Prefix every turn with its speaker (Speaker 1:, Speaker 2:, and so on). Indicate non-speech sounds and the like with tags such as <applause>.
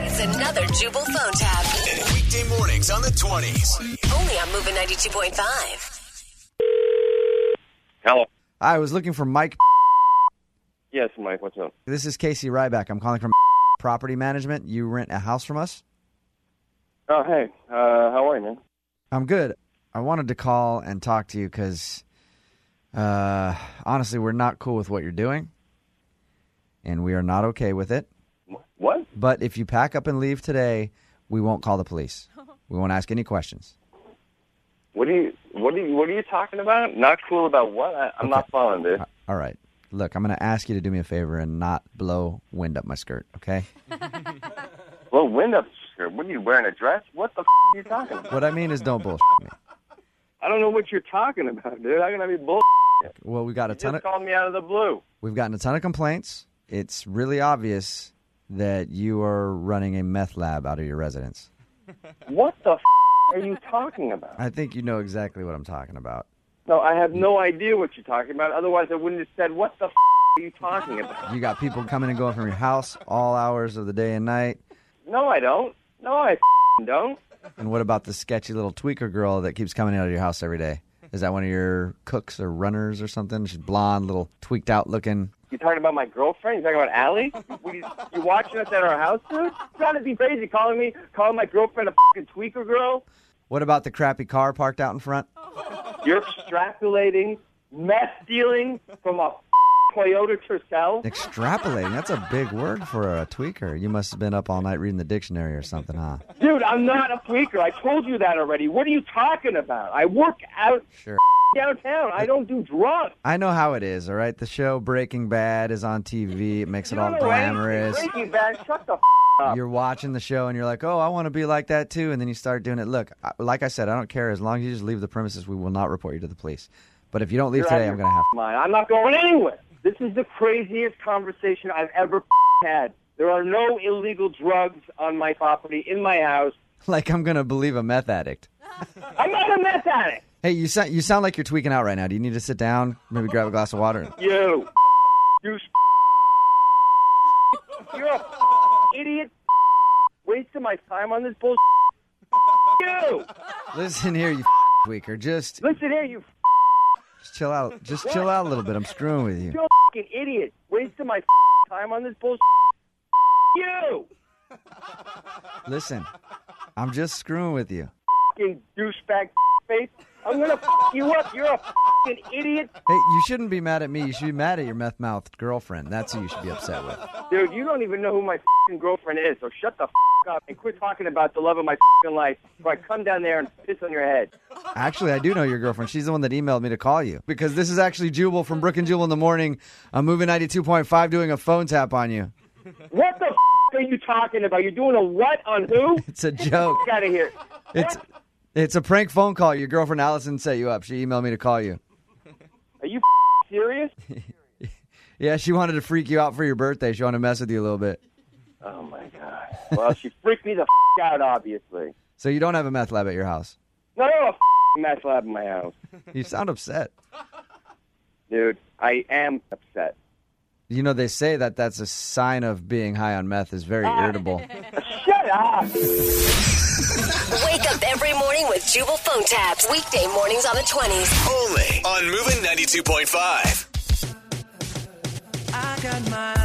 Speaker 1: It's another Jubal phone tab.
Speaker 2: Weekday mornings on the 20s.
Speaker 1: Only on Moving 92.5.
Speaker 3: Hello.
Speaker 4: I was looking for Mike.
Speaker 3: Yes, Mike. What's up?
Speaker 4: This is Casey Ryback. I'm calling from Property Management. You rent a house from us?
Speaker 3: Oh, hey. Uh, how are you, man?
Speaker 4: I'm good. I wanted to call and talk to you because, uh, honestly, we're not cool with what you're doing, and we are not okay with it.
Speaker 3: Wh- What?
Speaker 4: But if you pack up and leave today, we won't call the police. We won't ask any questions.
Speaker 3: What are you? What are you? What are you talking about? Not cool about what? I, I'm not following this.
Speaker 4: All right. Look, I'm going to ask you to do me a favor and not blow wind up my skirt, okay?
Speaker 3: Well, wind up skirt. What are you wearing? A dress? What the f- are you talking about?
Speaker 4: What I mean is don't bullshit me.
Speaker 3: I don't know what you're talking about, dude. How can I be bull?
Speaker 4: Well, we got a ton
Speaker 3: Just
Speaker 4: of
Speaker 3: called me out of the blue.
Speaker 4: We've gotten a ton of complaints. It's really obvious that you are running a meth lab out of your residence.
Speaker 3: What the f- are you talking about?
Speaker 4: I think you know exactly what I'm talking about.
Speaker 3: No, I have no idea what you're talking about. Otherwise, I wouldn't have said, "What the f- are you talking about?"
Speaker 4: You got people coming and going from your house all hours of the day and night.
Speaker 3: No, I don't. No, I f- don't.
Speaker 4: And what about the sketchy little tweaker girl that keeps coming out of your house every day? Is that one of your cooks or runners or something? She's blonde, little tweaked out looking.
Speaker 3: You talking about my girlfriend? You talking about Allie? What you, you watching us at our house, dude? You gotta be crazy calling me, calling my girlfriend a fucking tweaker girl.
Speaker 4: What about the crappy car parked out in front?
Speaker 3: You're extrapolating meth dealing from a <laughs> fucking Toyota Tercel.
Speaker 4: Extrapolating. That's a big word for a tweaker. You must have been up all night reading the dictionary or something, huh?
Speaker 3: Dude, I'm not a tweaker. I told you that already. What are you talking about? I work out <laughs>
Speaker 4: Sure.
Speaker 3: downtown. I don't do drugs.
Speaker 4: I know how it is, all right? The show Breaking Bad is on TV. It makes it all
Speaker 3: You don't know anything.
Speaker 4: glamorous.
Speaker 3: Breaking Bad, shut the f- up.
Speaker 4: You're watching the show and you're like, oh, I want to be like that too. And then you start doing it. Look, I- like I said, I don't care. As long as you just leave the premises, we will not report you to the police. But if you don't leave
Speaker 3: You're out
Speaker 4: today,
Speaker 3: of
Speaker 4: I'm
Speaker 3: your
Speaker 4: going to have <laughs> to.
Speaker 3: mind. I'm not going anywhere. This is the craziest conversation I've ever had. There are no illegal drugs on my property in my house.
Speaker 4: Like, I'm going to believe a meth addict.
Speaker 3: I'm not a meth addict.
Speaker 4: Hey, you, sound you sound like you're tweaking out right now. Do you need to sit down? Maybe grab a glass of water? <laughs>
Speaker 3: You, you, you're a idiot. Wasting my time on this bullshit. You,
Speaker 4: Listen here, you <laughs> tweaker. Just,
Speaker 3: listen here, you
Speaker 4: just chill out. Just chill out a little bit. I'm screwing with you.
Speaker 3: you're a fucking idiot. Wasting my time on this bullshit. You,
Speaker 4: Listen, I'm just screwing with you.
Speaker 3: fucking douchebag face. I'm gonna fuck you up. You're a fucking idiot.
Speaker 4: Hey, you shouldn't be mad at me. You should be mad at your meth mouthed girlfriend. That's who you should be upset with.
Speaker 3: Dude, you don't even know who my f***ing girlfriend is, so shut the f*** up and quit talking about the love of my f***ing life before I come down there and piss on your head.
Speaker 4: Actually, I do know your girlfriend. She's the one that emailed me to call you because this is actually Jubal from Brook and Jubal in the morning. I'm moving 92.5 doing a phone tap on you.
Speaker 3: What the f*** are you talking about? You're doing a what on who?
Speaker 4: <laughs> It's a joke.
Speaker 3: Get out of here.
Speaker 4: It's it's a prank phone call. Your girlfriend Allison set you up. She emailed me to call you.
Speaker 3: Are you f***ing serious?
Speaker 4: Yeah, she wanted to freak you out for your birthday. She wanted to mess with you a little bit.
Speaker 3: Oh, my God. Well, she freaked me the f*** out, obviously.
Speaker 4: So you don't have a meth lab at your house.
Speaker 3: No, no, a f***ing meth lab in my house.
Speaker 4: You sound upset.
Speaker 3: Dude, I am upset.
Speaker 4: You know they say that that's a sign of being high on meth is very irritable.
Speaker 3: Shut up.
Speaker 1: Wake up every morning with Jubal phone tabs. Weekday mornings on the 20s.
Speaker 2: Only on Moving 92.5.
Speaker 5: I got my